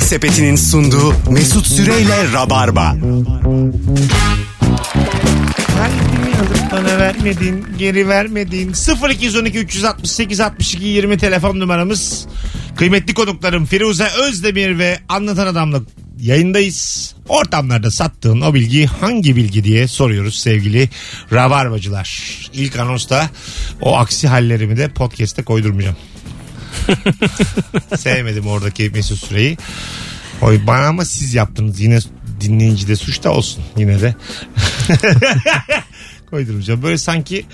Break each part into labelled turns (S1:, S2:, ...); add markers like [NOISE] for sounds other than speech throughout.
S1: Sepeti'nin sunduğu Mesut Süreyle Rabarba.
S2: Kalbimi alıp bana vermedin, geri vermedin. 0212 368 62 20 telefon numaramız. Kıymetli konuklarım Firuze Özdemir ve Anlatan Adam'la yayındayız. Ortamlarda sattığın o bilgi hangi bilgi diye soruyoruz sevgili Rabarbacılar. İlk anonsta o aksi hallerimi de podcast'te koydurmayacağım. Sevmedim oradaki mesut süreyi. Oy bana ama siz yaptınız. Yine dinleyici de suç da olsun yine de. [LAUGHS] Koydurmayacağım. Böyle sanki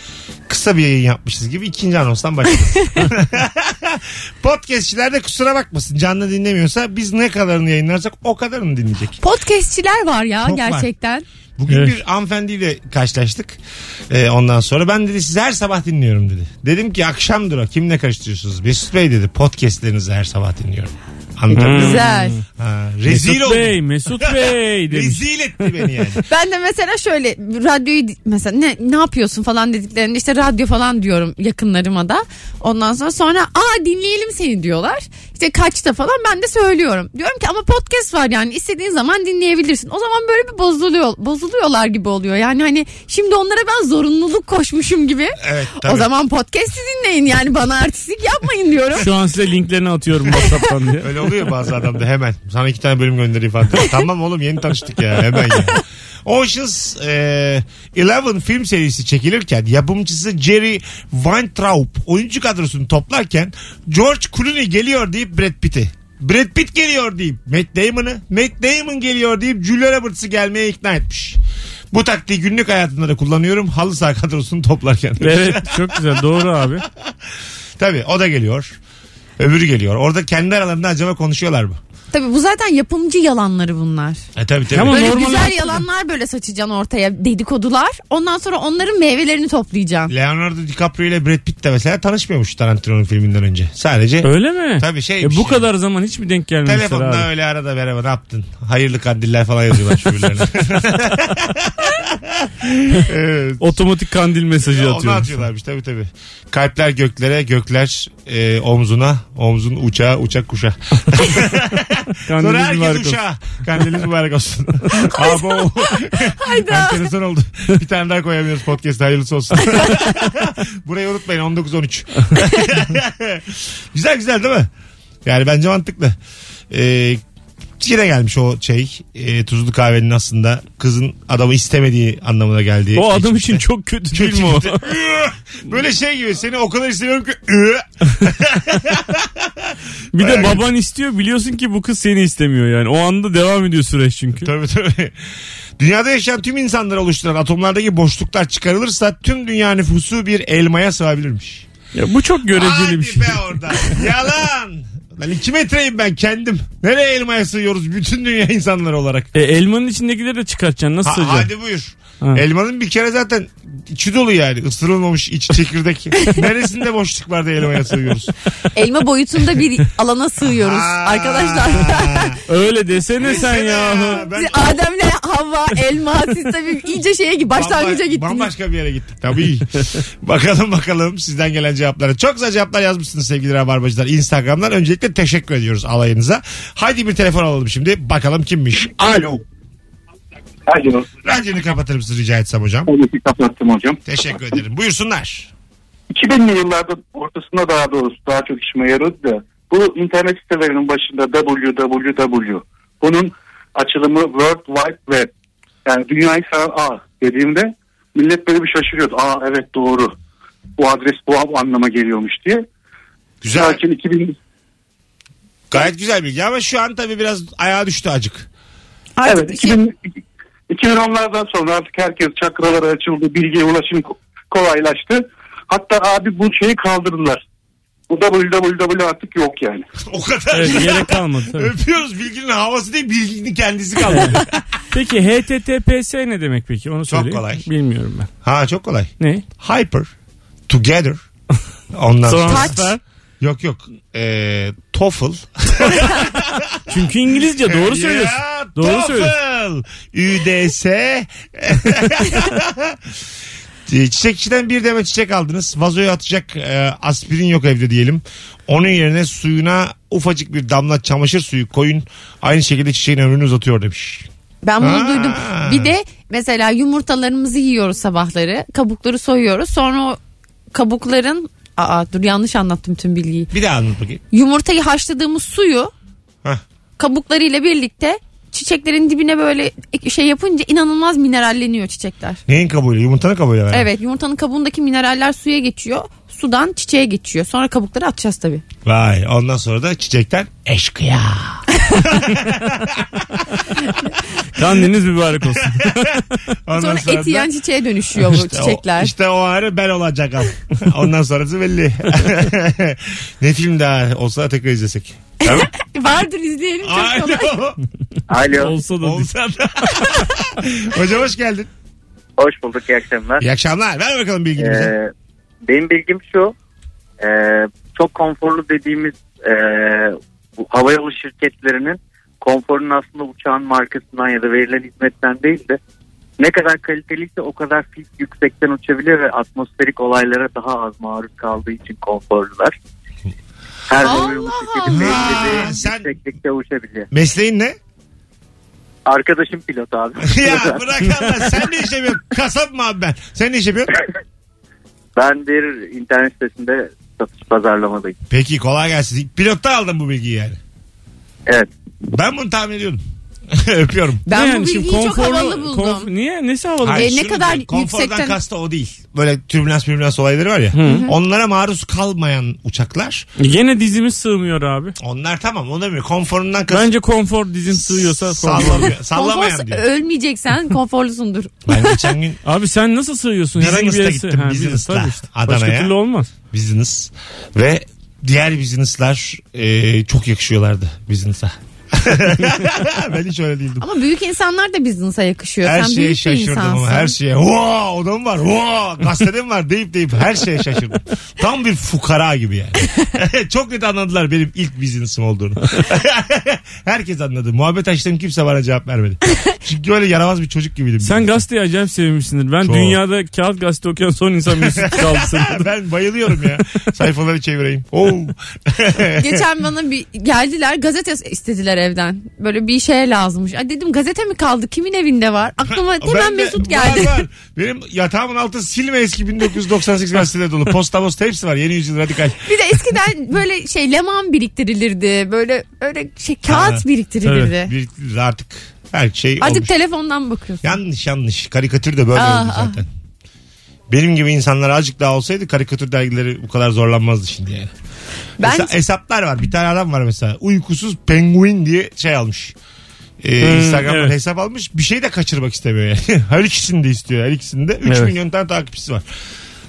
S2: kısa bir yayın yapmışız gibi ikinci anonstan başlıyoruz. [LAUGHS] Podcastçiler de kusura bakmasın. Canlı dinlemiyorsa biz ne kadarını yayınlarsak o kadarını dinleyecek.
S3: Podcastçiler var ya
S2: Çok var.
S3: gerçekten.
S2: Bugün
S4: Evet.
S2: bir hanımefendiyle karşılaştık. Ee, ondan sonra ben dedi sizi her sabah dinliyorum dedi. Dedim ki akşamdır o. Kimle karıştırıyorsunuz? Mesut Bey dedi podcastlerinizi her sabah dinliyorum. Anlatabiliyor muyum?
S3: Güzel.
S2: Ha, rezil
S4: Mesut
S2: oldum.
S4: Bey,
S2: [LAUGHS]
S4: Mesut Bey demiş.
S2: Rezil etti beni yani.
S3: Ben de mesela şöyle radyoyu di- mesela ne ne yapıyorsun falan dediklerinde işte radyo falan diyorum yakınlarıma da. Ondan sonra sonra aa dinleyelim seni diyorlar. İşte kaçta falan ben de söylüyorum. Diyorum ki ama podcast var yani istediğin zaman dinleyebilirsin. O zaman böyle bir bozuluyor bozuluyorlar gibi oluyor. Yani hani şimdi onlara ben zorunluluk koşmuşum gibi.
S2: Evet, tabii.
S3: O zaman podcast'i dinleyin yani bana artistlik yapmayın diyorum.
S4: Şu an size linklerini atıyorum WhatsApp'tan diye.
S2: [LAUGHS] Öyle oluyor bazı adamda hemen. Sana iki tane bölüm göndereyim falan. tamam oğlum yeni tanıştık ya hemen ya. Oceans e, Eleven film serisi çekilirken yapımcısı Jerry Weintraub oyuncu kadrosunu toplarken George Clooney geliyor deyip Brad Pitt'i. Brad Pitt geliyor deyip Matt Damon'ı, Matt Damon geliyor deyip Julia Roberts'ı gelmeye ikna etmiş. Bu taktiği günlük hayatımda da kullanıyorum halı saha kadrosunu toplarken.
S4: Evet çok güzel doğru abi.
S2: Tabii o da geliyor. Öbürü geliyor. Orada kendi aralarında acaba konuşuyorlar mı?
S3: Tabii bu zaten yapımcı yalanları bunlar.
S2: E tabii tabii.
S4: Tamam.
S3: Böyle
S4: normal
S3: güzel
S4: hayatım.
S3: yalanlar böyle saçacaksın ortaya dedikodular. Ondan sonra onların meyvelerini toplayacaksın.
S2: Leonardo DiCaprio ile Brad Pitt de mesela tanışmıyormuş Tarantino'nun filminden önce. Sadece
S4: Öyle mi?
S2: Tabii şey
S4: E,
S2: şeymiş.
S4: bu
S2: yani.
S4: kadar zaman hiç mi denk gelmemişler
S2: Telefonda
S4: abi?
S2: öyle arada merhaba ne yaptın? Hayırlı kandiller falan yazıyorlar
S4: [LAUGHS]
S2: şuralarına. evet.
S4: Otomatik kandil mesajı
S2: Onu
S4: atıyorum.
S2: atıyorlarmış tabii tabii. Kalpler göklere, gökler e, omzuna, omzun uçağa, uçak kuşa.
S4: Kandiliniz
S2: Sonra herkes
S4: mübarek olsun.
S2: uçağa. Kandiliniz mübarek olsun.
S4: [LAUGHS]
S2: Abo.
S3: Hayda.
S2: Enteresan oldu. Bir tane daha koyamıyoruz podcast'e hayırlısı olsun.
S4: [LAUGHS]
S2: Burayı unutmayın 19-13. [LAUGHS] güzel güzel değil mi? Yani bence mantıklı. Ee, yine gelmiş o şey e, tuzlu kahvenin aslında kızın adamı istemediği anlamına geldiği.
S4: O adam için
S2: Geçmişte.
S4: çok kötü değil mi o?
S2: Kötü gitti. [LAUGHS] Böyle şey gibi seni o kadar istiyorum ki.
S4: Bir
S2: Bayağı
S4: de baban istiyor biliyorsun ki bu kız seni istemiyor yani. O anda devam ediyor süreç çünkü.
S2: Tabii tabii. Dünyada yaşayan tüm insanları oluşturan atomlardaki boşluklar çıkarılırsa tüm dünya nüfusu bir elmaya sığabilirmiş.
S4: Ya bu çok göreceli
S2: Hadi
S4: bir şey.
S2: be oradan. Yalan. Lan iki metreyim ben kendim. Nereye elmaya sığıyoruz bütün dünya insanları olarak?
S4: E, elmanın içindekileri de çıkartacaksın nasıl
S2: Ha,
S4: sığacaksın?
S2: hadi buyur.
S4: Ha.
S2: Elmanın bir kere zaten içi dolu yani. Isırılmamış iç
S4: [LAUGHS]
S2: çekirdek. Neresinde boşluk var da elmaya sığıyoruz?
S3: Elma boyutunda bir alana sığıyoruz
S2: Aa.
S3: arkadaşlar.
S4: Öyle desene sen
S2: Desene
S4: ya.
S2: ya. Ben-
S3: [LAUGHS] Siz Adem'le Havva, Elma siz tabii iyice şeye gi- başlangıca
S2: Bamba-
S3: gittiniz.
S2: Bambaşka bir yere gittik tabii. [LAUGHS] bakalım bakalım sizden gelen cevaplara. Çok güzel cevaplar yazmışsınız sevgili Rabarbacılar. Instagram'dan öncelikle teşekkür ediyoruz alayınıza. Haydi bir telefon alalım şimdi. Bakalım kimmiş? Alo.
S5: Alo.
S2: Radyonu kapatır mısınız rica etsem hocam?
S5: Polisi kapattım hocam.
S2: Teşekkür ederim. Buyursunlar.
S5: 2000'li yıllarda ortasında daha doğrusu daha çok işime yaradı da bu internet sitelerinin başında www bunun açılımı World Wide Web yani dünyayı saran ağ dediğimde millet böyle bir şaşırıyordu. Aa evet doğru. Bu adres bu anlama geliyormuş diye.
S2: Güzel.
S5: Lakin 2000
S2: Gayet güzel bilgi ama şu an tabii biraz ayağa düştü acık. [LAUGHS]
S3: Artık
S5: Evet,
S3: bir şey-
S5: 2000, 2010'lardan sonra artık herkes çakralara açıldı, bilgiye ulaşım ko- kolaylaştı. Hatta abi bu şeyi kaldırdılar. Bu www artık yok yani.
S2: O kadar.
S4: Evet gerek kalmadı
S2: [LAUGHS]
S4: tabii.
S2: Öpüyoruz bilginin havası değil bilginin kendisi
S4: [LAUGHS]
S2: kaldı.
S4: Peki HTTPS ne demek peki onu söyleyeyim.
S2: kolay.
S4: Bilmiyorum ben.
S2: ha çok kolay.
S4: Ne?
S2: Hyper. Together. Ondan sonra.
S4: Transfer.
S2: Yok yok. Ee, TOEFL. [LAUGHS]
S4: Çünkü İngilizce doğru söylüyorsun.
S2: Ya,
S4: Doğru
S2: TOEFL.
S4: söylüyorsun.
S2: UDS. Ee, Çiçekçiden bir deme çiçek aldınız. Vazoya atacak e, aspirin yok evde diyelim. Onun yerine suyuna ufacık bir damla çamaşır suyu koyun. Aynı şekilde çiçeğin ömrünü uzatıyor demiş.
S3: Ben bunu
S2: Ha.
S3: duydum. Bir de mesela yumurtalarımızı yiyoruz sabahları. Kabukları soyuyoruz. Sonra o kabukların Aa dur yanlış anlattım tüm bilgiyi.
S2: Bir daha anlat bakayım.
S3: Yumurtayı haşladığımız suyu
S2: Heh.
S3: kabuklarıyla birlikte çiçeklerin dibine böyle şey yapınca inanılmaz mineralleniyor çiçekler.
S2: Neyin kabuğuyla? Yumurtanın kabuğuyla. mı?
S3: Evet yumurtanın kabuğundaki mineraller suya geçiyor. Sudan çiçeğe geçiyor. Sonra kabukları atacağız tabii.
S2: Vay ondan sonra da çiçekten eşkıya.
S4: Kandiniz
S2: [LAUGHS]
S4: mübarek olsun.
S2: Ondan
S3: Sonra et
S2: da-
S3: yiyen çiçeğe dönüşüyor bu
S2: İşte o-
S3: çiçekler.
S2: işte o ağrı ben olacak
S3: [LAUGHS]
S2: am. Ondan sonrası belli. [LAUGHS] ne film daha olsa tekrar
S3: [LAUGHS]
S2: izlesek. Tamam.
S3: Vardır izleyelim çok kolay.
S2: Alo.
S5: Alo.
S4: Olsa da değil.
S2: Olsa da. [LAUGHS] Hocam hoş geldin.
S5: Hoş bulduk. iyi akşamlar.
S2: İyi akşamlar. Ver bakalım bilgini bize.
S5: Ee, benim bilgim şu. e, çok konforlu dediğimiz e, bu havayolu şirketlerinin konforun aslında uçağın markasından ya da verilen hizmetten değil de ne kadar kaliteliyse o kadar fil yüksekten uçabiliyor ve atmosferik olaylara daha az maruz kaldığı için konforlular. Her
S3: Allah
S5: havayolu şirketi
S3: Allah!
S5: belli bir
S2: Sen-
S5: yükseklikte uçabiliyor.
S2: Mesleğin ne? [LAUGHS]
S5: Arkadaşım pilot abi.
S2: ya bırak Allah sen ne iş yapıyorsun? Kasap mı abi ben? Sen ne iş yapıyorsun?
S5: ben bir internet sitesinde satış pazarlamadayım.
S2: Peki kolay gelsin. Pilotta aldım bu bilgiyi yani.
S5: Evet.
S2: Ben bunu tahmin ediyordum. [LAUGHS] Öpüyorum.
S3: Ben
S4: Yani
S3: bu
S4: şimdi
S3: bilgiyi çok
S4: konforlu-
S3: havalı buldum.
S4: konf- niye? Nesi havalı?
S3: Hayır. E, ne
S2: şunu
S3: kadar
S2: diyeceğim. Konfordan
S3: yüksekten-
S2: kastı o değil. Böyle türbülans türbülans olayları var ya. Onlara maruz kalmayan uçaklar.
S4: Gene dizimiz sığmıyor abi.
S2: Onlar tamam onu demiyor. Konforundan kastı.
S4: Bence konfor dizin sığıyorsa konfor.
S2: sallamıyor.
S3: Konfor,
S2: Sallamayan
S3: [LAUGHS]
S2: diyor. [LAUGHS]
S3: ölmeyeceksen konforlusundur.
S2: Ben geçen gün
S4: Abi sen nasıl sığıyorsun?
S2: Business'ta
S4: Herhangi bir yere sığ-
S2: gittim,
S4: biz-
S2: business'ta.
S4: tabii işte.
S2: Adana'ya.
S4: Başka türlü olmaz.
S2: business ve diğer business'lar e, çok yakışıyorlardı business'a. [LAUGHS] ben hiç öyle değildim.
S3: Ama büyük insanlar da business'a yakışıyor.
S2: Her
S3: Sen
S2: şeye
S3: büyük bir
S2: şaşırdım
S3: insansın.
S2: ama her şeye. Wow, o da mı var? Wow, gazetede mi var deyip deyip her şeye şaşırdım. Tam bir fukara gibi yani. [LAUGHS] Çok net anladılar benim ilk business'ım olduğunu. [LAUGHS] Herkes anladı. Muhabbet açtım kimse bana cevap vermedi. Çünkü öyle yaramaz bir çocuk gibiydim.
S4: Sen gazeteyi acayip sevmişsindir. Ben
S2: Çok.
S4: dünyada kağıt gazete okuyan son
S2: [LAUGHS]
S4: insan Mesut kaldı sanırım.
S2: ben bayılıyorum ya. Sayfaları çevireyim. Oh. Oo. [LAUGHS]
S3: Geçen bana bir geldiler gazete istediler evden. Böyle bir şeye lazımmış. Ay dedim gazete mi kaldı? Kimin evinde var? Aklıma hemen
S2: Ben de-
S3: Mesut geldi.
S2: Var, var. Benim yatağımın altı silme eski 1998 gazeteleri dolu. Posta posta hepsi var. Yeni yüzyıl radikal.
S3: Bir de
S2: [LAUGHS]
S3: eskiden böyle şey leman biriktirilirdi. Böyle öyle şey kağıt
S2: Ha,
S3: biriktirilirdi.
S2: Bir, artık her şey
S3: Artık
S2: olmuş.
S3: telefondan bakıyorsun.
S2: yanlış yanlış. Karikatür de böyle
S3: Ah,
S2: oldu
S3: ah.
S2: zaten. Benim gibi insanlar azıcık daha olsaydı karikatür dergileri bu kadar zorlanmazdı şimdi yani.
S3: Ben
S2: Mesela hesaplar var. Bir tane adam var mesela. Uykusuz penguin diye şey almış. Ee,
S4: Hmm,
S2: Instagram'dan
S4: evet.
S2: hesap almış. Bir şey de kaçırmak istemiyor yani. [LAUGHS] Her ikisini de istiyor. Her ikisini de 3
S4: Evet.
S2: milyon tane takipçisi var.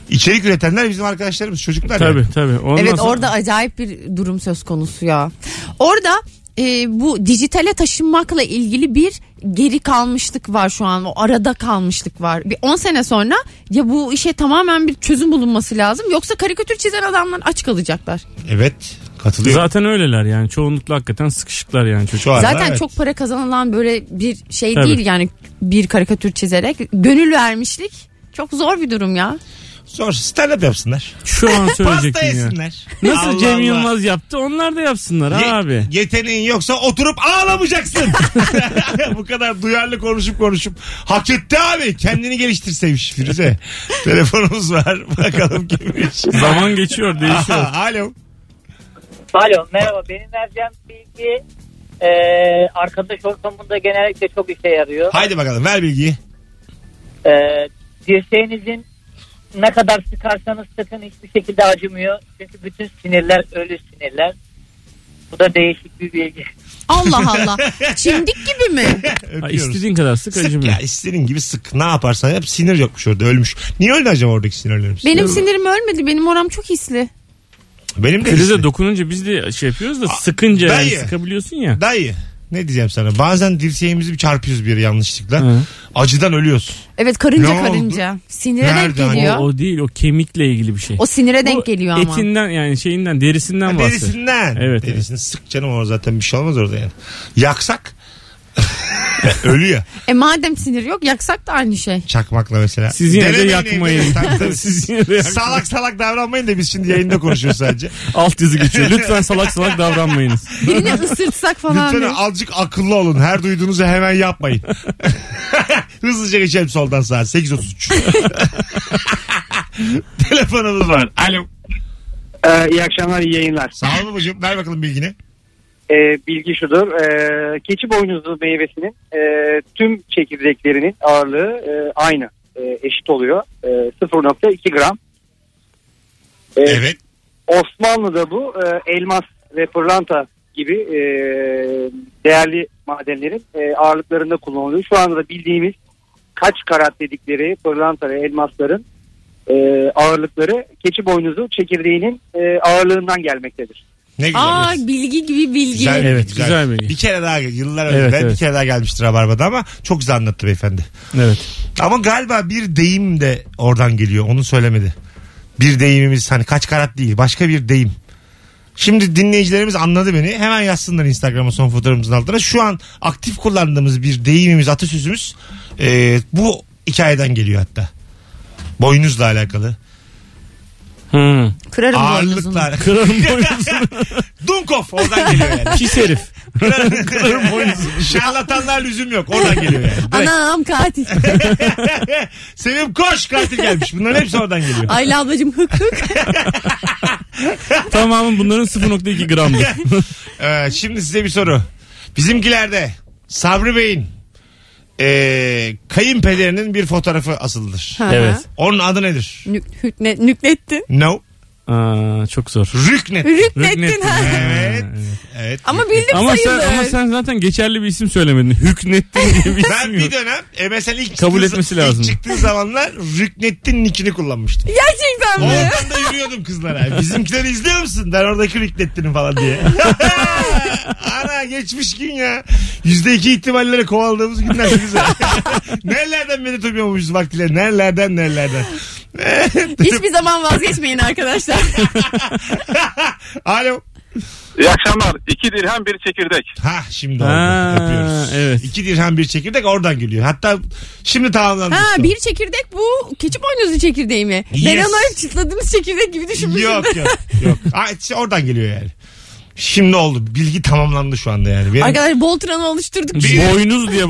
S2: İçerik üretenler bizim arkadaşlarımız. Çocuklar yani.
S4: tabii tabii. Ondan
S3: evet
S4: sonra-
S3: orada acayip bir durum söz konusu ya. Orada e, bu dijitale taşınmakla ilgili bir geri kalmışlık var şu an. O arada kalmışlık var. Bir 10 sene sonra ya bu işe tamamen bir çözüm bulunması lazım. Yoksa karikatür çizen adamlar aç kalacaklar.
S2: Evet. Katılıyorum.
S4: Zaten öyleler yani. Çoğunlukla hakikaten sıkışıklar yani çocuk.
S2: Şu arada
S3: Zaten
S2: evet.
S3: çok para kazanılan böyle bir şey
S4: Tabii.
S3: değil yani bir karikatür çizerek. Gönül vermişlik çok zor bir durum ya.
S2: Zor. Stand-up yapsınlar.
S4: Şu an
S2: Pasta
S4: söyleyecektim ya.
S2: yesinler.
S4: Nasıl
S2: Allah
S4: Cem
S2: Allah.
S4: Yılmaz yaptı onlar da yapsınlar
S2: Ye- [LAUGHS]
S4: abi.
S2: Yeteneğin yoksa oturup ağlamayacaksın. [LAUGHS] Bu kadar duyarlı konuşup konuşup. Hak etti abi. Kendini geliştirseymiş
S4: [LAUGHS]
S2: Firuze. Telefonumuz var. Bakalım kimmiş.
S4: Zaman geçiyor değişiyor.
S2: Aha, Alo.
S6: Alo merhaba benim vereceğim bilgi e, arkadaş ortamında genellikle çok işe yarıyor.
S2: Haydi bakalım ver bilgiyi. [LAUGHS]
S6: E, dirseğinizin ne kadar sıkarsanız sıkın hiçbir şekilde acımıyor. Çünkü bütün sinirler ölü sinirler. Bu da değişik bir bilgi.
S2: [LAUGHS]
S3: Allah Allah. Çimdik gibi mi?
S4: Ha,
S2: Öpüyoruz.
S4: istediğin kadar sık
S2: Sık
S4: acımıyor.
S2: ya istediğin gibi sık. Ne yaparsan yap sinir yokmuş orada ölmüş. Niye öldü acaba oradaki sinirlerimiz?
S3: Benim sinirim ölmedi. Benim oram çok hisli.
S2: Benim de
S4: Krize
S2: işte.
S4: dokununca biz de şey yapıyoruz da sıkınca yani
S2: dayı.
S4: sıkabiliyorsun ya.
S2: Dayı ne diyeceğim sana bazen dirseğimizi bir çarpıyoruz bir yere yanlışlıkla.
S4: Hı.
S2: Acıdan ölüyoruz.
S3: Evet karınca
S2: Ne oldu?
S3: karınca. Sinire
S2: Nerede hani
S3: denk geliyor.
S4: O,
S3: O,
S4: o değil o kemikle ilgili bir şey.
S3: sinire denk
S4: O
S3: geliyor ama.
S4: Etinden yani şeyinden derisinden bahsediyor.
S2: Derisinden.
S4: Evet,
S2: Derisini sık canım o zaten bir şey olmaz orada yani. Yaksak Ölü [LAUGHS] ya.
S3: E madem sinir yok yaksak da aynı şey.
S2: Çakmakla mesela.
S4: Siz yine de
S2: Denemeyin evde.
S4: yakmayın. [LAUGHS]
S2: Tabii, tabii.
S4: Siz yine de yakmayın.
S2: salak salak davranmayın da biz şimdi yayında konuşuyoruz sadece.
S4: Alt yazı geçiyor. Lütfen salak
S2: [LAUGHS]
S4: salak davranmayınız.
S3: Birini ısırtsak falan.
S2: Lütfen
S3: diye.
S2: azıcık akıllı olun. Her duyduğunuzu hemen yapmayın. [LAUGHS] Hızlıca geçelim soldan sağa. 8.33. [LAUGHS] Telefonumuz var. Alo.
S7: Ee, iyi akşamlar, iyi yayınlar.
S2: Sağ olun hocam. Ver bakalım bilgini.
S7: Ee, bilgi şudur. Ee, keçi boynuzlu meyvesinin e, tüm çekirdeklerinin ağırlığı e, aynı. E, eşit oluyor. E, 0.2 gram. Ee,
S2: Evet.
S7: Osmanlı'da bu e, elmas ve pırlanta gibi e, değerli madenlerin e, ağırlıklarında kullanılıyor. Şu anda da bildiğimiz kaç karat dedikleri pırlanta ve elmasların e, ağırlıkları keçi boynuzu çekirdeğinin e, ağırlığından gelmektedir.
S2: Ne güzel.
S3: Aa bilgi gibi bilgi.
S2: Güzel,
S4: Evet, güzel bilgi.
S2: Bir kere daha yıllar önce
S4: Evet,
S2: ben bir
S4: evet.
S2: kere daha gelmiştir Rabarba'da ama çok güzel anlattı beyefendi.
S4: Evet.
S2: Ama galiba bir deyim de oradan geliyor. Onu söylemedi. Bir deyimimiz hani kaç karat değil başka bir deyim. Şimdi dinleyicilerimiz anladı beni. Hemen yazsınlar Instagram'a son fotoğrafımızın altına. Şu an aktif kullandığımız bir deyimimiz, atasözümüz e, bu hikayeden geliyor hatta. Boynuzla alakalı.
S4: Hmm.
S3: Kırarım boynuzunu.
S2: Ağırlıkla. [LAUGHS]
S4: Kırarım boynuzunu.
S2: Dunkov oradan geliyor
S4: [LAUGHS]
S2: yani.
S4: Pis herif.
S2: Kırarım boynuzunu. Şarlatanlar lüzum yok. Oradan geliyor yani. Direkt. [LAUGHS]
S3: Anam katil.
S2: Sevim koş katil gelmiş. Bunların hepsi oradan geliyor. [LAUGHS]
S3: Ayla ablacığım hık hık.
S4: Tamamı bunların 0.2
S2: [LAUGHS]
S4: gramdır.
S2: Ee, şimdi size bir soru. Bizimkilerde Sabri Bey'in ee, kayınpederinin bir fotoğrafı asılıdır.
S4: Evet.
S2: Onun adı nedir?
S3: Nük, hük- ne- nüklettin.
S2: No.
S4: Aa, çok zor.
S2: Rüknet.
S3: Rüknettin
S4: Rüknettin.
S3: ha. [LAUGHS]
S2: Evet. Evet.
S3: Ama bildim
S4: Ama sen,
S3: sayılır.
S4: ama sen zaten geçerli bir isim söylemedin. Hüknettin diye bir
S2: Ben
S4: isim
S2: bir
S4: yok.
S2: dönem e, mesela ilk
S4: Kabul
S2: çıktığı-
S4: etmesi
S2: ilk
S4: lazım.
S2: çıktığı zamanlar Rüknettin nickini kullanmıştım.
S3: Gerçekten mi?
S2: Oradan da yürüyordum kızlara. Bizimkileri izliyor musun? Ben oradaki Rüknettin'im falan diye. Ana geçmiş gün ya. Yüzde iki ihtimalleri kovaladığımız günler güzel. nerelerden beni tutuyormuşuz vaktiyle. Nerelerden nerelerden.
S3: Hiçbir zaman vazgeçmeyin arkadaşlar.
S2: Alo.
S8: İyi akşamlar. İki dirhem bir çekirdek.
S2: Ha şimdi oldu.
S4: Ha,
S2: Öpüyoruz.
S4: evet.
S2: İki dirhem bir çekirdek oradan geliyor. Hatta şimdi tamamlandı.
S3: Ha
S2: işte o.
S3: bir çekirdek bu keçi boynuzlu çekirdeği mi? Ben
S2: Yes.
S3: onu hep çıtladığımız çekirdek gibi düşünmüşüm.
S2: Yok yok. yok. Ha, işte oradan geliyor yani. Şimdi oldu. Bilgi tamamlandı şu anda yani. Benim,
S3: Arkadaşlar Boltran'ı oluşturduk.
S2: Bir-
S4: Boynuz diye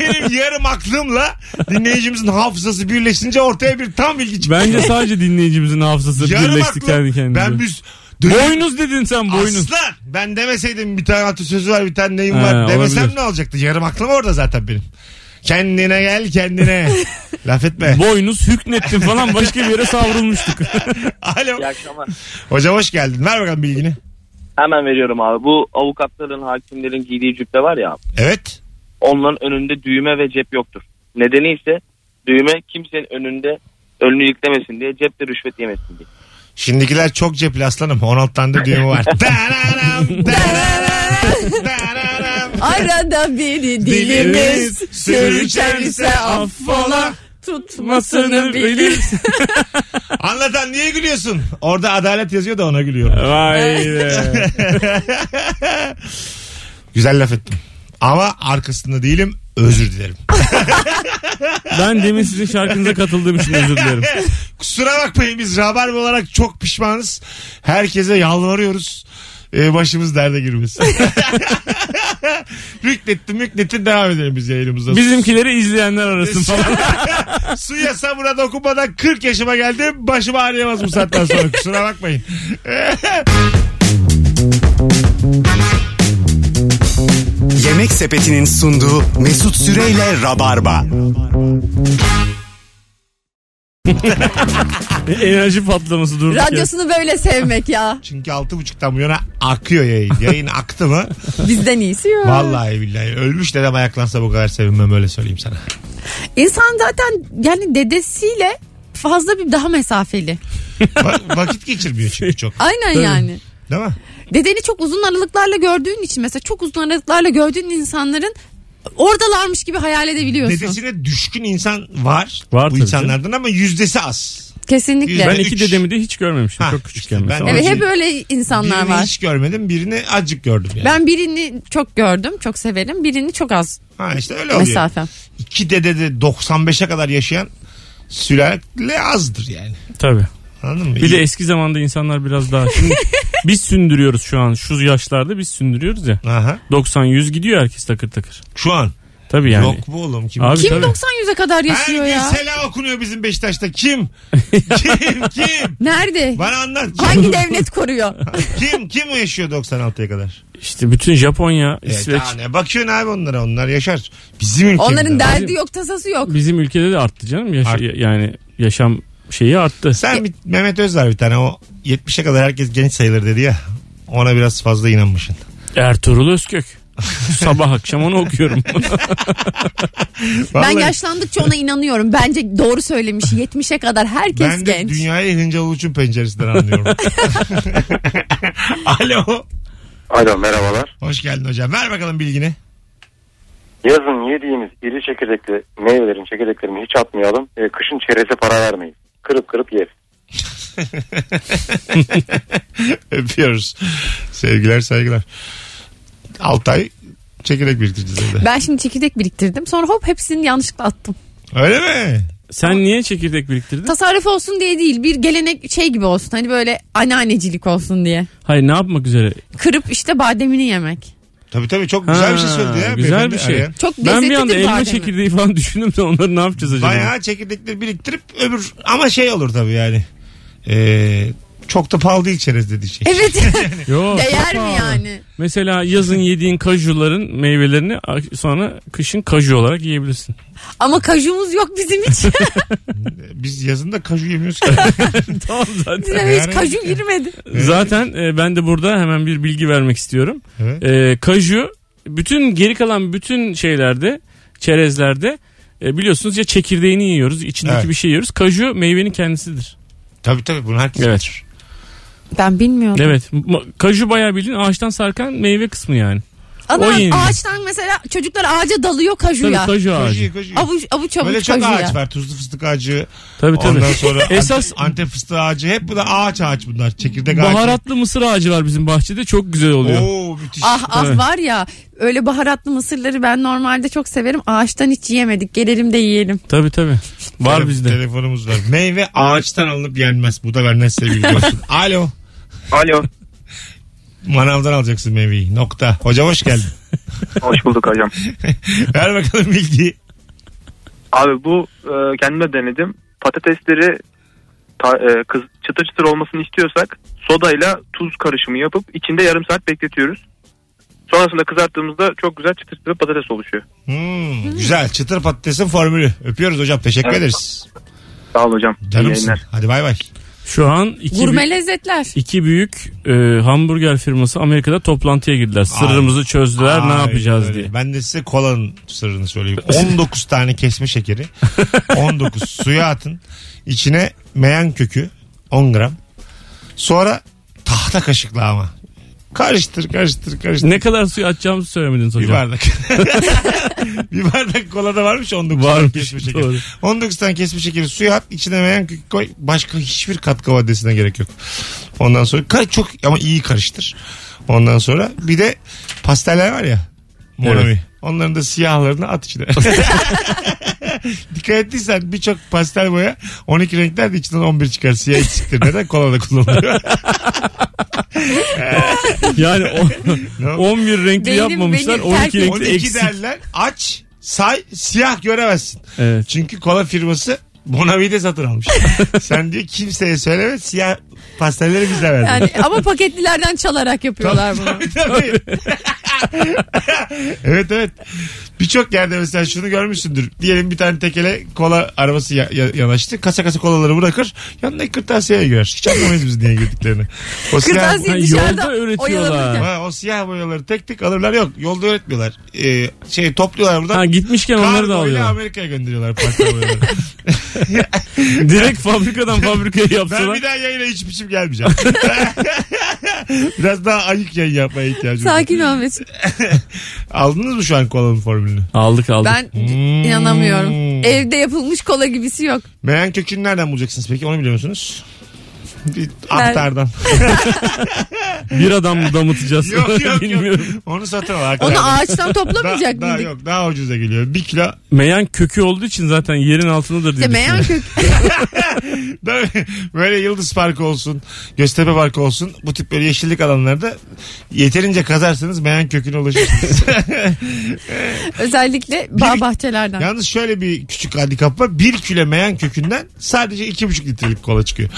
S2: [LAUGHS] benim yarım aklımla dinleyicimizin hafızası birleşince ortaya bir tam bilgi çıktı.
S4: Bence sadece dinleyicimizin hafızası
S2: Yarım
S4: birleşti
S2: aklım.
S4: kendi kendine.
S2: Ben biz
S4: Boynuz dedin sen boynuz.
S2: Aslan ben demeseydim bir tane atasözü var bir tane neyim
S4: Ha,
S2: var demesem
S4: olabilir.
S2: ne olacaktı? Yarım aklım orada zaten benim. Kendine gel kendine. Laf etme.
S4: Boynuz hüknettin falan başka bir yere
S3: [LAUGHS]
S4: savrulmuştuk.
S2: Alo.
S8: İyi akşamlar.
S2: Hocam hoş geldin. Ver bakalım bilgini.
S8: Hemen veriyorum abi. Bu avukatların, hakimlerin giydiği cübbe var ya.
S2: Evet.
S8: Onların önünde düğme ve cep yoktur. Nedeni ise düğme kimsenin önünde önünü yüklemesin diye cepte rüşvet yemesin diye.
S2: Şimdikiler çok cepli aslanım. 16 tane de düğümü var. Dararam, dararam, dararam.
S3: Arada biri dilimiz
S2: Dilimiz
S3: sürçerse affola tutmasını bilir.
S2: Anlatan niye gülüyorsun? Orada adalet yazıyor da ona gülüyorum.
S4: Vay be.
S2: Güzel laf ettim. Ama arkasında değilim. Özür dilerim.
S4: Ben demin sizin şarkınıza katıldığım için
S2: [LAUGHS]
S4: özür dilerim.
S2: Kusura bakmayın biz rabarba olarak çok pişmanız. Herkese yalvarıyoruz. Ee, başımız derde girmesin. Rüknettin müknettin devam edelim biz yayınımıza.
S4: Bizimkileri izleyenler arasın [LAUGHS] falan.
S2: [LAUGHS] Suya samura dokunmadan 40 yaşıma geldim. Başım ağrıyamaz bu saatten sonra. Kusura bakmayın.
S1: Yemek Sepeti'nin sunduğu Mesut Süreyle Rabarba.
S4: Enerji patlaması durduk ya.
S3: Radyosunu böyle sevmek ya.
S2: Çünkü 6.30'dan bu yana akıyor yayın. Yayın aktı mı?
S3: Bizden iyisi yok.
S2: Vallahi billahi. Ölmüş dedem ayaklansa bu kadar sevinmem öyle söyleyeyim sana.
S3: İnsan zaten yani dedesiyle fazla bir daha mesafeli.
S2: Va- vakit geçirmiyor çünkü çok.
S3: Aynen yani.
S2: Değil mi?
S3: Dedeni çok uzun aralıklarla gördüğün için mesela çok uzun aralıklarla gördüğün insanların oradalarmış gibi hayal edebiliyorsun.
S2: Dedesine düşkün insan var.
S4: Var
S2: bu
S4: tabii
S2: insanlardan ama yüzdesi az.
S3: Kesinlikle.
S2: Ben
S4: Ben
S2: de
S4: iki
S2: üç.
S4: dedemi de hiç görmemiştim.
S2: Ha,
S4: Çok küçükken.
S2: işte ben-
S4: mesela.
S3: Evet
S2: Ama
S3: hep öyle insanlar
S2: Birini
S3: var.
S2: hiç görmedim birini azıcık gördüm yani.
S3: Ben birini çok gördüm, çok severim. Birini çok az
S2: Ha işte öyle oluyor.
S3: mesafem.
S2: İki dede de 95'e kadar yaşayan sülale azdır yani.
S4: Tabii.
S2: Anladın mı?
S4: Bir de eski zamanda insanlar biraz daha şimdi biz sündürüyoruz şu an. Şu yaşlarda biz sündürüyoruz ya.
S2: Aha.
S4: 90-100 gidiyor herkes takır takır.
S2: Şu an.
S4: Tabii yani.
S2: Yok bu oğlum kim?
S4: Abi
S3: Kim
S4: tabii.
S3: 90 yüze kadar
S2: Her
S3: yaşıyor
S2: gün
S3: ya?
S2: sela okunuyor bizim Beşiktaş'ta.
S4: [LAUGHS]
S2: Kim? kim? Kim?
S3: Nerede?
S2: Bana anlat. [LAUGHS]
S3: Hangi devlet koruyor?
S2: Kim? Kim yaşıyor 96'ya kadar?
S4: İşte bütün Japonya,
S2: Evet,
S4: İsveç.
S2: daha ne bakıyorsun abi onlara? Onlar yaşar. Bizim ülkemizde.
S3: Onların derdi
S4: Bizim-
S3: yok, tasası yok.
S4: Bizim ülkede de arttı canım. Yaşa-
S2: Arttı.
S4: Yani yaşam şeyi arttı.
S2: Sen bir, Mehmet Öz var bir tane o 70'e kadar herkes genç sayılır dedi ya. Ona biraz fazla inanmışsın.
S4: Ertuğrul Özkök. [LAUGHS] Sabah akşam
S2: [LAUGHS]
S4: onu okuyorum.
S2: Vallahi
S3: Ben yaşlandıkça ona inanıyorum. Bence doğru
S2: [LAUGHS]
S3: söylemiş. 70'e kadar herkes
S2: ben de
S3: genç.
S2: dünyayı Hıncal Uluç'un penceresinden
S4: [LAUGHS]
S2: anlıyorum. Alo.
S9: Alo merhabalar.
S2: Hoş geldin hocam. Ver bakalım bilgini. [LAUGHS]
S9: Yazın yediğimiz iri çekirdekli meyvelerin çekirdeklerini hiç atmayalım. Ee, kışın çereze para vermeyin. Kırıp kırıp yeriz.
S2: Öpüyoruz. Sevgiler saygılar. Altay çekirdek biriktireceğiz evde.
S3: Ben şimdi çekirdek biriktirdim. Sonra hop hepsini yanlışlıkla attım.
S2: Öyle mi?
S4: Sen niye çekirdek biriktirdin?
S3: Tasarruf olsun diye değil. Bir gelenek şey gibi olsun. Hani böyle anneannecilik olsun diye.
S4: Hayır ne yapmak üzere?
S3: Kırıp işte bademini yemek.
S2: Tabii tabii çok güzel bir şey
S4: Ha,
S2: söyledi ya.
S4: güzel
S2: beyefendi
S4: bir şey.
S2: arayan.
S3: Çok
S4: Ben bir anda
S3: lezzetlidir
S4: elma
S3: bademi.
S4: çekirdeği falan [LAUGHS] düşündüm de onları ne yapacağız acaba?
S2: Bayağı çekirdekleri biriktirip öbür ama şey olur tabii yani. Ee, çok da pahalı değil çerez dediği şey.
S4: [LAUGHS]
S3: Evet.
S4: Yok,
S3: Değer
S4: çok
S3: mi
S4: pahalı.
S3: yani?
S4: Mesela yazın yediğin kajuların meyvelerini ak- sonra kışın kaju olarak yiyebilirsin.
S3: Ama kajumuz yok bizim
S4: [LAUGHS]
S3: hiç.
S2: Biz yazında kaju yemiyoruz
S3: [LAUGHS]
S2: ki.
S4: tamam zaten.
S3: Bizim
S2: Yani-
S3: hiç kaju girmedi.
S4: Zaten e, ben de burada hemen bir bilgi vermek istiyorum.
S2: Evet.
S4: E, kaju bütün geri kalan bütün şeylerde çerezlerde e, biliyorsunuz ya çekirdeğini yiyoruz içindeki
S2: Evet.
S4: bir şey yiyoruz. Kaju meyvenin kendisidir.
S2: tabii tabii bunu herkes
S4: Evet.
S2: bilir.
S3: Ben bilmiyorum.
S4: Evet ma- kaju bayağı bildiğin ağaçtan sarkan meyve kısmı yani.
S3: Ama
S4: O yeni.
S3: ağaçtan mesela çocuklar ağaca dalıyor kaju
S4: Tabii
S3: ya.
S4: kaju
S2: Kaju,
S4: ağacı.
S2: kaju.
S3: Avuç avuç
S2: Böyle
S3: avuç
S2: çok
S3: kaju
S2: ağaç
S3: ya.
S2: var. Tuzlu fıstık ağacı.
S4: Tabii tabii.
S2: Ondan sonra
S4: [LAUGHS] Esas-
S2: Esas... Antep fıstığı ağacı. Hep bu da ağaç ağaç bunlar. Çekirdek ağacı.
S4: Baharatlı mısır ağacı var bizim bahçede çok güzel oluyor.
S2: Oo müthiş.
S3: Ah ah
S4: Evet.
S3: var ya öyle baharatlı mısırları ben normalde çok severim. Ağaçtan hiç yiyemedik. Gelelim de yiyelim.
S4: Tabii tabii. Var
S2: Tele-
S4: bizde.
S2: Telefonumuz var. Meyve ağaçtan alınıp yenmez. Bu da benden sevgili
S4: [LAUGHS]
S2: olsun. Alo.
S8: Alo.
S2: Manavdan alacaksın meyveyi. Nokta. Hoca hoş
S4: [LAUGHS]
S2: geldin.
S8: Hoş bulduk hocam.
S2: Ver bakalım bilgiyi.
S8: Abi bu e, kendime denedim. Patatesleri ta- e, kız, çıtır çıtır olmasını istiyorsak sodayla tuz karışımı yapıp içinde yarım saat bekletiyoruz. Sonrasında kızarttığımızda çok güzel çıtır çıtır patates oluşuyor.
S2: Hmm, güzel. Çıtır patatesin formülü. Öpüyoruz hocam. Teşekkür
S8: Evet.
S2: ederiz.
S8: Sağ ol hocam. İyi
S2: Canımsın.
S8: yayınlar.
S2: Hadi bay bay.
S4: Şu an iki,
S3: Gurme
S4: bü-
S3: lezzetler.
S4: iki büyük e, hamburger firması Amerika'da toplantıya girdiler. Sırrımızı çözdüler ne
S2: Ay,
S4: yapacağız
S2: öyle.
S4: diye.
S2: Ben de size kolanın sırrını
S4: [LAUGHS]
S2: söyleyeyim. 19 tane kesme şekeri. 19 suya atın. İçine meyan kökü 10 gram. Sonra tahta kaşıkla ama. Karıştır karıştır karıştır.
S4: Ne kadar suyu atacağımızı söylemediniz
S2: Bir
S4: hocam.
S2: bardak. [LAUGHS] bir bardak kolada varmış 19 tane
S4: Varmış,
S2: kesme şekeri.
S4: doğru.
S2: 19 tane kesme şekeri suya at içine meyan kökü koy. Başka hiçbir katkı maddesine gerek yok. Ondan sonra kar- çok ama iyi karıştır. Ondan sonra bir de pasteller var ya. Monomi.
S4: Evet.
S2: Onların da siyahlarını at
S4: [LAUGHS]
S2: içine. [LAUGHS] Dikkat ettiysen birçok pastel boya 12 renkler de içinden 11 çıkar. Siyah eksiktir. Neden kola da
S4: [LAUGHS]
S2: kullanılıyor?
S4: [LAUGHS] Yani o-
S2: [LAUGHS] Ne oldu?
S4: 11 renkli
S3: Benim-
S4: yapmamışlar.
S3: benim
S4: 12
S3: terk-
S4: renkli
S2: 12
S4: eksik.
S2: derler aç say siyah göremezsin. [LAUGHS]
S4: Evet.
S2: Çünkü kola firması Bonavi'de satın
S4: [LAUGHS]
S2: almış. Sen diyor kimseye söyleme siyah pastelleri bize ver.
S3: Yani ama paketlilerden çalarak yapıyorlar
S4: [LAUGHS]
S3: bunu.
S2: Tabii, [LAUGHS] tabii. evet evet. Birçok yerde mesela şunu görmüşsündür. Diyelim bir tane tekele kola arabası ya- ya- yanaştı. Kasa kasa kolaları bırakır. Yanındaki kırtasiyeye girer. Hiç anlamayız biz niye girdiklerini. O siyah,
S3: Kırtasiye
S4: Ha,
S3: dışarıda
S4: yolda öğretiyorlar.
S3: oyalanırken.
S2: Ha, o siyah boyaları tek tek alırlar. Yok yolda öğretmiyorlar. Ee, şey topluyorlar buradan.
S4: Ha gitmişken onları da
S2: Kargoyla
S4: alıyorlar.
S2: Amerika'ya gönderiyorlar parça boyaları.
S4: [LAUGHS] Direkt fabrikadan fabrikaya
S2: ben
S4: yaptılar.
S2: bir daha yayına hiç biçim gelmeyeceğim. [LAUGHS] Biraz daha ayık yayın yapmaya ihtiyacım var.
S3: Sakin ol Mesut.
S2: Aldınız mı şu an kolanın formülünü?
S4: Aldık aldık.
S3: Ben
S4: Hmm.
S3: inanamıyorum. Evde yapılmış kola gibisi yok.
S2: Meyan kökünü nereden bulacaksınız peki? Onu biliyor musunuz? Bir
S3: Ben-
S2: aktardan.
S4: Bir adam mı
S2: [LAUGHS]
S4: damıtacağız?
S2: yok yok yok.
S4: Bilmiyorum.
S2: Onu satıyorlar
S3: Onu
S2: aktardan.
S3: ağaçtan
S2: daha,
S3: toplamayacak
S2: daha
S3: mıydık?
S2: yok daha ucuza geliyor. Bir kilo. [LAUGHS]
S4: Meyan kökü olduğu için zaten yerin altındadır diye
S3: İşte meyan
S4: düşünüyorum.
S3: kök.
S2: Böyle- böyle Yıldız Parkı olsun, Göztepe Parkı olsun bu tip böyle yeşillik alanlarda yeterince kazarsanız meyan köküne ulaşırsınız.
S3: [LAUGHS]
S2: [LAUGHS]
S3: Özellikle bağ bahçelerden.
S2: Yalnız şöyle bir küçük handikap var. Bir kilo meyan kökünden sadece iki buçuk litrelik kola
S4: [LAUGHS]
S2: çıkıyor.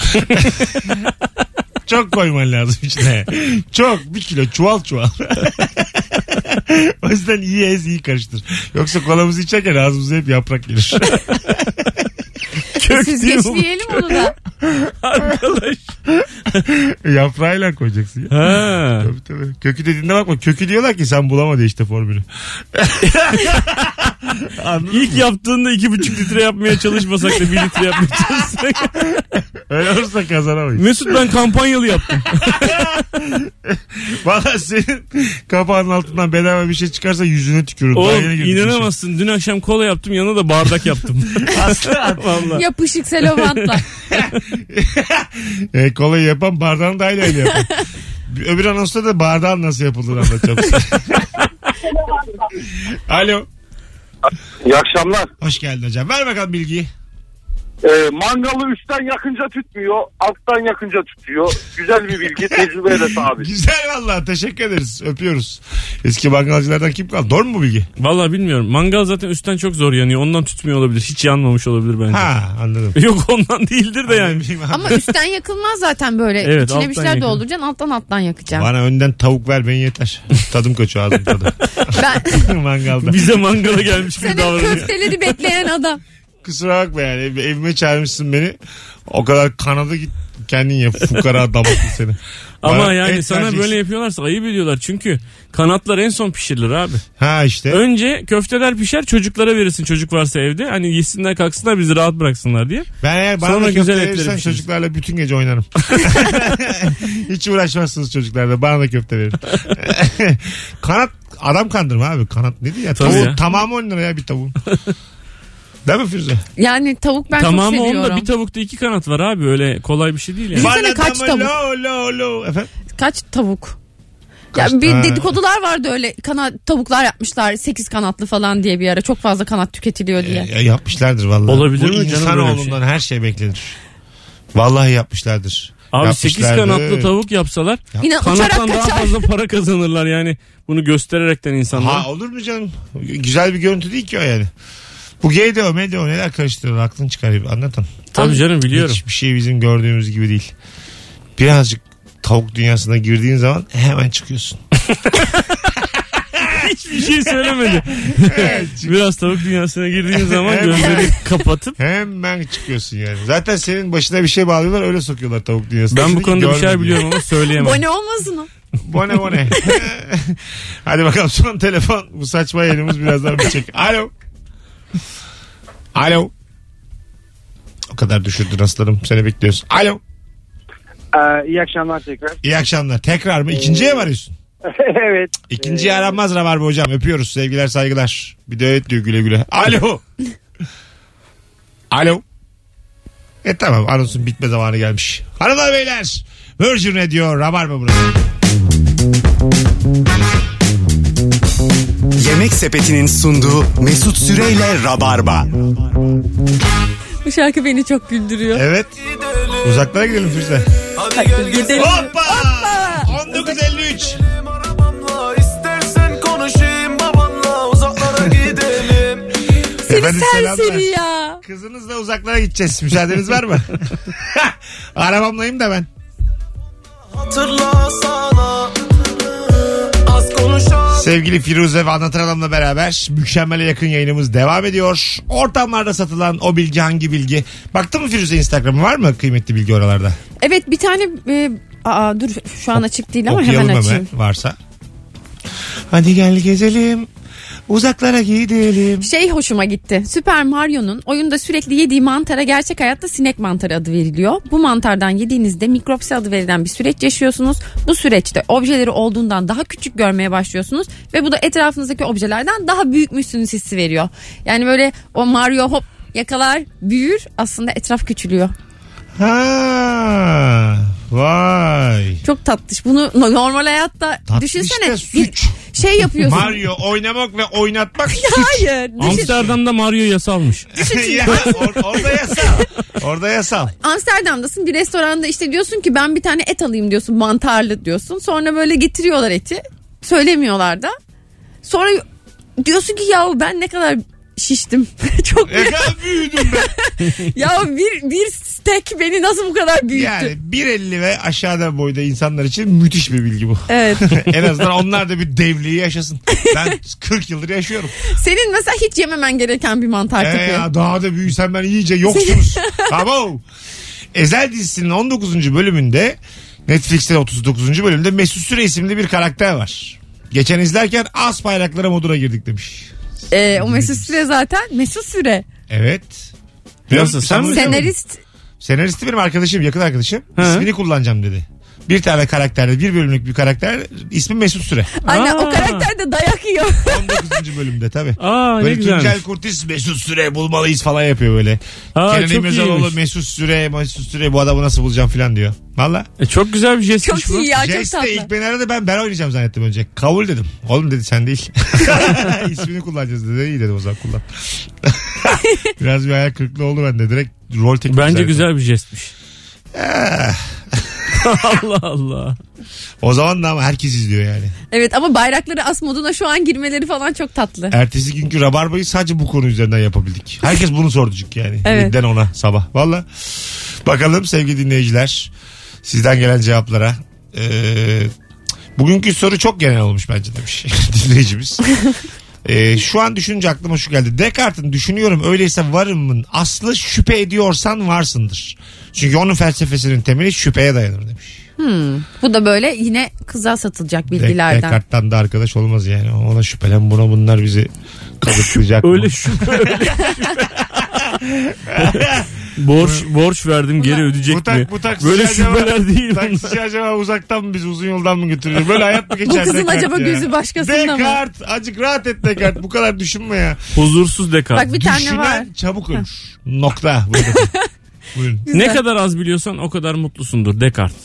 S2: Çok koyman lazım içine. Çok. Bir kilo çuval çuval. [LAUGHS] o yüzden iyi ez iyi karıştır. Yoksa kolamızı içerken ağzımıza hep yaprak
S4: [LAUGHS]
S2: gelir.
S4: Kök diye bu.
S3: Süzgeçleyelim onu
S4: [LAUGHS]
S3: da. [LAUGHS]
S4: Arkadaş.
S2: Yaprağıyla koyacaksın ya.
S4: Ha.
S2: Tabii tabii. Kökü dediğinde bakma. Kökü diyorlar ki sen bulamadı işte formülü.
S4: İlk yaptığında iki buçuk litre yapmaya çalışmasak da bir litre yapmaya çalışsak.
S2: Öyle olursa kazanamayız.
S4: [LAUGHS] Mesut ben
S2: [LAUGHS]
S4: kampanyalı yaptım.
S2: Valla senin kapağının altından bedava bir şey çıkarsa yüzüne tükürürüm. Daha
S4: Oğlum
S2: yeni girdim işe.
S4: inanamazsın. Dün akşam kola yaptım yanına da
S2: [LAUGHS]
S4: bardak yaptım. [LAUGHS] Asla. Valla.
S3: Yapışık selomantla.
S2: E, kolayı yapan bardağın da aynı aynı yapan.
S4: [LAUGHS]
S2: Bir- Öbür anonsta da bardağın nasıl yapıldığını anlatacağım
S4: [LAUGHS]
S2: size. Alo.
S5: İyi akşamlar.
S2: Hoş geldin hocam. Ver bakalım bilgiyi.
S5: Ee, mangalı üstten yakınca tütmüyor, alttan yakınca tutuyor. Güzel bir bilgi, tecrübeye de
S2: [LAUGHS]
S5: sabit.
S2: Güzel valla. Teşekkür ederiz. Öpüyoruz. Eski mangalcılardan kim kaldı? Doğru mu bu bilgi?
S4: Valla bilmiyorum. Mangal zaten üstten çok zor yanıyor. Ondan tutmuyor olabilir. Hiç yanmamış olabilir bence.
S2: Ha anladım.
S4: [LAUGHS] Yok ondan değildir de yani. [LAUGHS]
S3: Ama üstten yakılmaz zaten böyle.
S4: Evet,
S3: İçine
S4: alttan
S3: bir şeyler
S4: yakın.
S3: dolduracaksın alttan alttan yakacaksın.
S2: Bana önden tavuk ver ben yeter. [LAUGHS] Tadım kaçıyor ağzım
S4: [LAUGHS]
S2: tadı.
S3: Ben
S2: Mangalda.
S4: Bize mangala gelmiş
S3: [LAUGHS]
S4: gibi
S3: senin
S4: davranıyor.
S3: köfteleri bekleyen adam.
S2: Kusura bakma yani Ev- evime çağırmışsın beni. O kadar kanadı git kendin ye. Fukara damaklı seni.
S4: Ama
S2: Bana
S4: yani
S2: et
S4: sana
S2: vereceksin.
S4: böyle yapıyorlarsa ayıp ediyorlar. Çünkü kanatlar en son pişirilir abi.
S2: Ha işte.
S4: Önce köfteler pişer çocuklara verirsin çocuk varsa evde. Hani yesinler kalksınlar bizi rahat bıraksınlar diye.
S2: Ben eğer bana
S4: Sonra
S2: da köfte
S4: güzel
S2: verirsen
S4: etleri pişiririz.
S2: çocuklarla bütün gece
S4: [LAUGHS]
S2: oynarım. Hiç uğraşmazsınız çocuklarla. Bana da köfte
S4: [LAUGHS]
S2: verin. Kanat adam kandırma abi. Kanat nedir ya?
S4: Tabii
S2: Tavuğun
S4: ya.
S2: tamamı 10 lira ya bir
S4: [LAUGHS]
S2: tavuğun. Değil mi Firuze?
S3: Yani tavuk ben
S4: Tamamı
S3: çok
S4: onda
S3: seviyorum.
S4: bir tavukta iki kanat var abi. Öyle kolay bir şey değil yani.
S3: Bizim- Düşünsene kaç
S2: Bana
S3: tavuk?
S2: Lo lo lo. Efendim?
S3: Kaç tavuk?
S2: Kaç-
S3: ya bir
S2: Ha.
S3: dedikodular vardı öyle kanat tavuklar yapmışlar 8 kanatlı falan diye bir ara çok fazla kanat tüketiliyor diye.
S2: E, Ya yapmışlardır vallahi.
S4: Olabilir
S2: Bu
S4: mi canım böyle bir
S2: insanoğlundan her şey beklenir. Vallahi yapmışlardır.
S4: Abi 8
S2: Yapmışlardır.
S4: kanatlı tavuk yapsalar
S3: Yine uçarak
S4: kanattan daha
S3: kaçar. [LAUGHS]
S4: fazla para kazanırlar yani. Bunu göstererekten insanlar.
S2: Ha olur mu canım? Güzel bir görüntü değil ki o yani. Bu GDO, MDO neler karıştırır aklını çıkarıyor. Anlatın.
S4: Tabii canım biliyorum.
S2: Hiçbir şey bizim gördüğümüz gibi değil. Birazcık tavuk dünyasına girdiğin zaman hemen çıkıyorsun.
S4: Hiçbir şey
S2: [LAUGHS]
S4: söylemedi. Biraz tavuk dünyasına girdiğin zaman
S2: Evet.
S4: gözleri kapatıp
S2: Hemen çıkıyorsun yani. Zaten senin başına bir şey bağlıyorlar öyle sokuyorlar tavuk dünyasına.
S4: ben bu
S2: Seni
S4: konuda bir şeyler
S2: görmediğin.
S4: biliyorum ama söyleyemem.
S3: Bone olmasın o.
S2: Bone bone. [LAUGHS] Hadi bakalım son telefon. Bu saçma yayınımız birazdan bitecek. Alo. Alo. O kadar düşürdün aslanım. Seni bekliyoruz. Alo.
S7: Ee, iyi akşamlar tekrar.
S2: İyi akşamlar. Tekrar mı? İkinciye mi arıyorsun?
S7: [LAUGHS] evet. Ee,
S2: İkinciye aranmaz Rabarba hocam. Öpüyoruz. Sevgiler saygılar. Bir de evet diyor güle güle.
S7: [LAUGHS]
S2: Alo. Alo. E tamam anonsun bitme zamanı gelmiş. Hanımlar beyler. Virgin Radio Rabarba burası.
S1: Yemek Sepeti'nin sunduğu Mesut Süreyle Rabarba.
S3: Bu şarkı beni çok güldürüyor.
S2: Evet. Uzaklara gidelim Firuze.
S3: Gidelim.
S2: Hoppa! 1953.
S10: İstersen konuşayım babanla uzaklara gidelim.
S3: Seni
S2: Efendim,
S3: serseri
S2: selamlar.
S3: ya.
S2: Kızınızla uzaklara gideceğiz. Müsaadeniz
S10: [LAUGHS]
S2: var mı? Arabamlayım da ben.
S10: Hatırla sana az konuşan
S2: Sevgili Firuze ve Anlatan Adam'la beraber mükemmele yakın yayınımız devam ediyor. Ortamlarda satılan o bilgi hangi bilgi? Baktın mı Firuze Instagram'ı var mı kıymetli bilgi oralarda?
S3: Evet bir tane e, aa, dur şu an açık değil ama
S2: Okuyalım
S3: hemen
S2: hemen,
S3: açayım.
S2: varsa. Hadi gel gezelim. Uzaklara gidelim.
S3: Şey hoşuma gitti. Süper Mario'nun oyunda sürekli yediği mantara gerçek hayatta sinek mantarı adı veriliyor. Bu mantardan yediğinizde mikropsi adı verilen bir süreç yaşıyorsunuz. Bu süreçte objeleri olduğundan daha küçük görmeye başlıyorsunuz ve bu da etrafınızdaki objelerden daha büyükmüşsünüz hissi veriyor. Yani böyle o Mario hop yakalar büyür aslında etraf küçülüyor.
S2: Ha. Vay.
S3: Çok tatlış. Bunu no- normal hayatta
S2: Tatlış
S3: düşünsene.
S2: da suç.
S3: Bir şey yapıyorsun.
S2: Mario oynamak ve oynatmak suç.
S3: [LAUGHS] Hayır. şey Düşün,
S4: Amsterdam'da Mario yasalmış.
S2: [LAUGHS] ya, or- orada yasal. Orada yasal.
S3: Amsterdam'dasın bir restoranda işte diyorsun ki ben bir tane et alayım diyorsun mantarlı diyorsun. Sonra böyle getiriyorlar eti. Söylemiyorlar da. Sonra diyorsun ki yahu ben ne kadar şiştim. [LAUGHS] Çok
S2: E kadar büyüdüm
S3: [LAUGHS]
S2: ben.
S3: ya bir bir steak beni nasıl bu kadar büyüttü?
S2: Yani 1.50 ve aşağıda boyda insanlar için müthiş bir bilgi bu. [LAUGHS]
S4: [LAUGHS]
S3: Evet.
S2: en azından onlar da bir devliği yaşasın. Ben 40 yıldır yaşıyorum.
S3: Senin mesela hiç yememen gereken bir mantar
S2: Ee,
S3: tipi.
S2: ya daha da büyüsem ben iyice
S3: [LAUGHS]
S2: yoksunuz. tamam. Ezel dizisinin 19. bölümünde Netflix'te 39. bölümde Mesut Süre isimli bir karakter var. Geçen izlerken as bayraklara moduna girdik demiş.
S3: Ee, o Mesut Süre zaten. Mesut Süre.
S2: Evet.
S4: Nasıl, sen mi?
S3: Senarist.
S2: Senaristi benim arkadaşım, yakın arkadaşım.
S4: Hı.
S2: İsmini kullanacağım dedi. Bir tane karakterde, bir bölümlük bir karakter. ismi Mesut
S4: [LAUGHS]
S2: Süre.
S3: Aynen o
S4: Aa.
S3: karakter de dayak yiyor. [LAUGHS]
S2: 19. bölümde tabii.
S4: Aa ne
S2: böyle Tuncel
S4: güzelmiş.
S2: Kurtiz Mesut Süre bulmalıyız falan yapıyor böyle.
S4: Aa,
S2: Kenan
S4: çok
S2: İmirzalıoğlu
S4: iyiymiş.
S2: Mesut Süre, Mesut Süre bu adamı nasıl bulacağım falan diyor. Valla.
S4: E, çok güzel bir jest
S3: Çok
S4: bu.
S3: iyi ya çok
S2: Jace de
S3: tatlı.
S2: ilk beni aradı ben ben oynayacağım zannettim önce. Kabul dedim. Oğlum dedi sen
S4: [LAUGHS]
S2: değil. [LAUGHS] İsmini kullanacağız dedi. İyi dedim o zaman kullan. [LAUGHS] Biraz bir ayak kırıklığı oldu bende. Direkt rol teknik
S4: Bence
S2: zannettim.
S4: güzel bir jestmiş.
S2: Eh.
S4: [LAUGHS] Allah Allah.
S2: O zaman da ama herkes izliyor yani.
S3: Evet ama bayrakları as moduna şu an girmeleri falan çok tatlı.
S2: Ertesi günkü rabarbayı sadece bu konu üzerinden yapabildik. Herkes bunu sordu çünkü yani.
S3: Evet.
S2: Birden ona sabah. Valla. Bakalım sevgili dinleyiciler. Sizden gelen cevaplara. Ee, bugünkü soru çok genel olmuş bence demiş [LAUGHS] dinleyicimiz. Ee, şu an düşünce aklıma şu geldi. Descartes'in düşünüyorum öyleyse varımın aslı şüphe ediyorsan varsındır. Çünkü onun felsefesinin temeli şüpheye dayanır demiş.
S3: Bu da böyle yine kıza satılacak
S2: Dek-
S3: bilgilerden.
S2: Descartes'ten de arkadaş olmaz yani. Ona şüphelen buna bunlar bizi kanıtlayacak mı?
S4: [LAUGHS] Öyle şu öyle şu. borç borç verdim geri ödeyecek
S2: bu tak- şey
S4: mi?
S2: bu taksici
S4: Böyle
S2: acaba-
S4: şüpheler değil. bunlar.
S2: Taksici acaba uzaktan mı bizi uzun yoldan mı götürüyor? Böyle hayat mı geçer?
S3: kızın
S2: Descartes
S3: acaba
S2: ya?
S3: gözü başkasında mı?
S2: Descartes, Acık rahat et Descartes. Bu kadar düşünme ya.
S4: Huzursuz dekar.
S3: Bak bir tane
S2: Düşünen
S3: var.
S2: çabuk ölür. Nokta. Buyurun. Buyurun.
S4: Ne kadar az biliyorsan o kadar mutlusundur Descartes.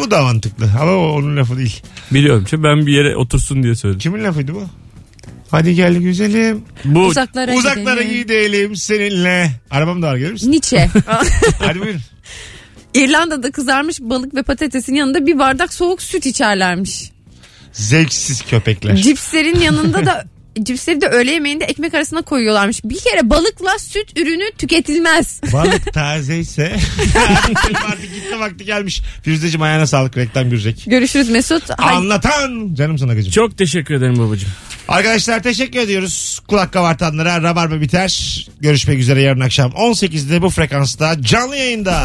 S2: Bu da mantıklı ama o onun lafı değil.
S4: Biliyorum ki ben bir yere otursun diye söyledim.
S2: Kimin lafıydı bu? Hadi gel güzelim.
S4: Bu
S3: Uzaklara,
S2: Uzaklara gidelim seninle. Arabam da var gelir misin?
S3: Nietzsche. [LAUGHS]
S2: Hadi buyurun.
S3: İrlanda'da kızarmış balık ve patatesin yanında bir bardak soğuk süt içerlermiş.
S2: Zevksiz köpekler.
S3: Cipslerin yanında da cipsleri de öğle yemeğinde ekmek arasına koyuyorlarmış. Bir kere balıkla süt ürünü tüketilmez.
S2: Balık tazeyse [LAUGHS] artık gitti vakti gelmiş. Firuze'cim ayağına sağlık reklam görecek.
S3: Görüşürüz Mesut. Hay-
S2: Anlatan canım sana gıcım.
S4: çok teşekkür ederim babacığım.
S2: Arkadaşlar teşekkür ediyoruz. Kulak kabartanlara rabarba biter. Görüşmek üzere yarın akşam 18'de bu frekansta canlı yayında.